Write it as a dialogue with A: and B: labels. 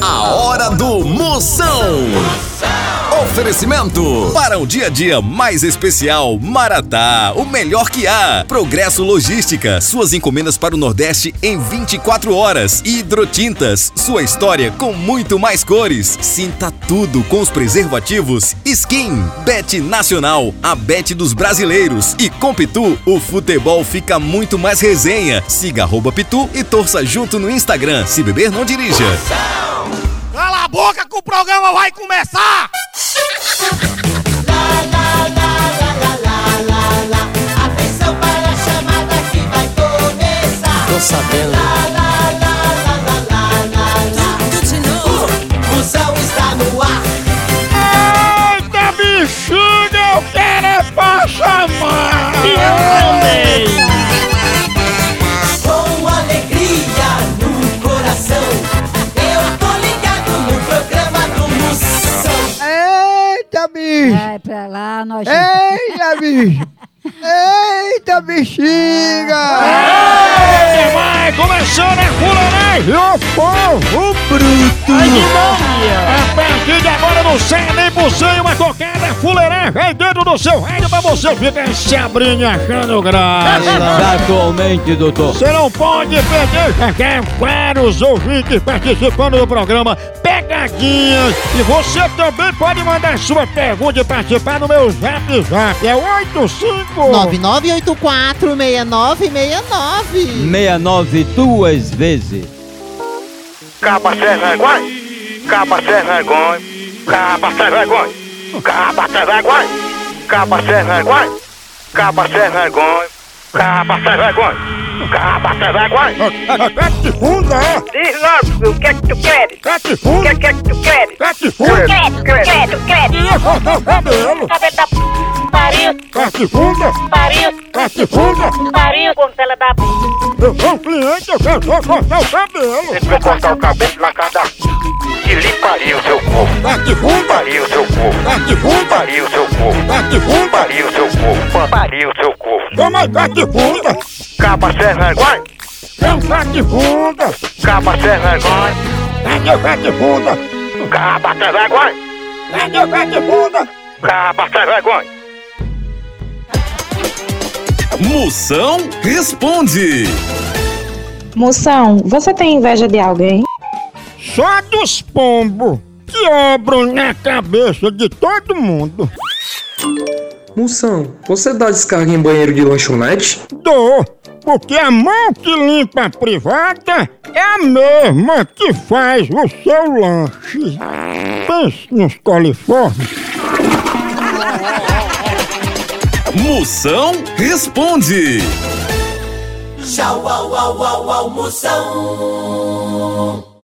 A: A hora do Moção. Oferecimento para um dia a dia mais especial, Maratá, o melhor que há. Progresso Logística, suas encomendas para o Nordeste em 24 horas. Hidrotintas, sua história com muito mais cores. Sinta tudo com os preservativos Skin, Bet Nacional, a Bet dos brasileiros. E com Pitu, o futebol fica muito mais resenha. Siga arroba Pitu e torça junto no Instagram. Se beber, não dirija.
B: Cala a boca que o programa vai começar!
C: Atenção para a chamada que vai começar.
D: Tô sabendo.
C: Tudo de novo. Moção Uh, está no ar.
B: Eita bexiga, eu quero é pra chamar!
C: Com alegria no coração. Eu tô ligado no programa do Moção.
E: Eita, bicho!
F: Vai pra lá, nós.
E: Eita, bicho! Eita, bexiga!
B: Eita, vai começando a né? fulanagem!
E: Meu povo bruto!
B: A partir de agora não sai nem por cima, mas qualquer fuleiragem vem dentro do seu rádio pra você ficar se abrindo e achando graça.
D: Exatamente, doutor.
B: Você não pode perder, já tem vários ouvintes participando do programa Pegadinhas. E você também pode mandar sua pergunta e participar no meu zap zap. É 85...
G: 99846969.
D: 69 duas vezes.
H: Caba sem vergonha, caba sem vergonha, caba sem vergonha, caba sem vergonha, caba sem vergonha, caba sem vergonha, caba sem vergonha, caba sem vergonha.
B: Catifunda, é?
I: Diz logo o que é que tu queres? O que
B: Catifunda,
I: é que é que tu queres?
B: catifunda.
I: Quero, quero, quero.
B: Ia cortar o cabelo.
I: Sabe da p... pariu,
B: Catifunda,
I: pariu,
B: catifunda.
I: pariu. Cortela da p...
B: Eu sou um cliente, eu quero só cortar o cabelo.
H: Você vai cortar o cabelo na casa da... E limparia o seu corpo,
B: Catifunda,
H: paria o seu corpo,
B: catifunda,
H: paria o seu corpo,
B: catifunda.
H: paria o seu corpo, paria o seu corpo.
B: Toma catifunda.
H: Caba sem vergonha,
B: É um catifunda.
H: caba sem vergonha,
B: Cadê o catifunda?
H: caba sem vergonha,
B: Cadê o catifunda?
H: caba sem vergonha.
A: Moção responde.
J: Moção, você tem inveja de alguém?
B: Só dos pombos que obram na cabeça de todo mundo.
K: Moção, você dá descarga em banheiro de lanchonete?
B: Dou, porque a mão que limpa a privada é a mesma que faz o seu lanche. Pense nos coliformes.
A: Moção responde.
C: Tchau, au, au, au, au, Moção.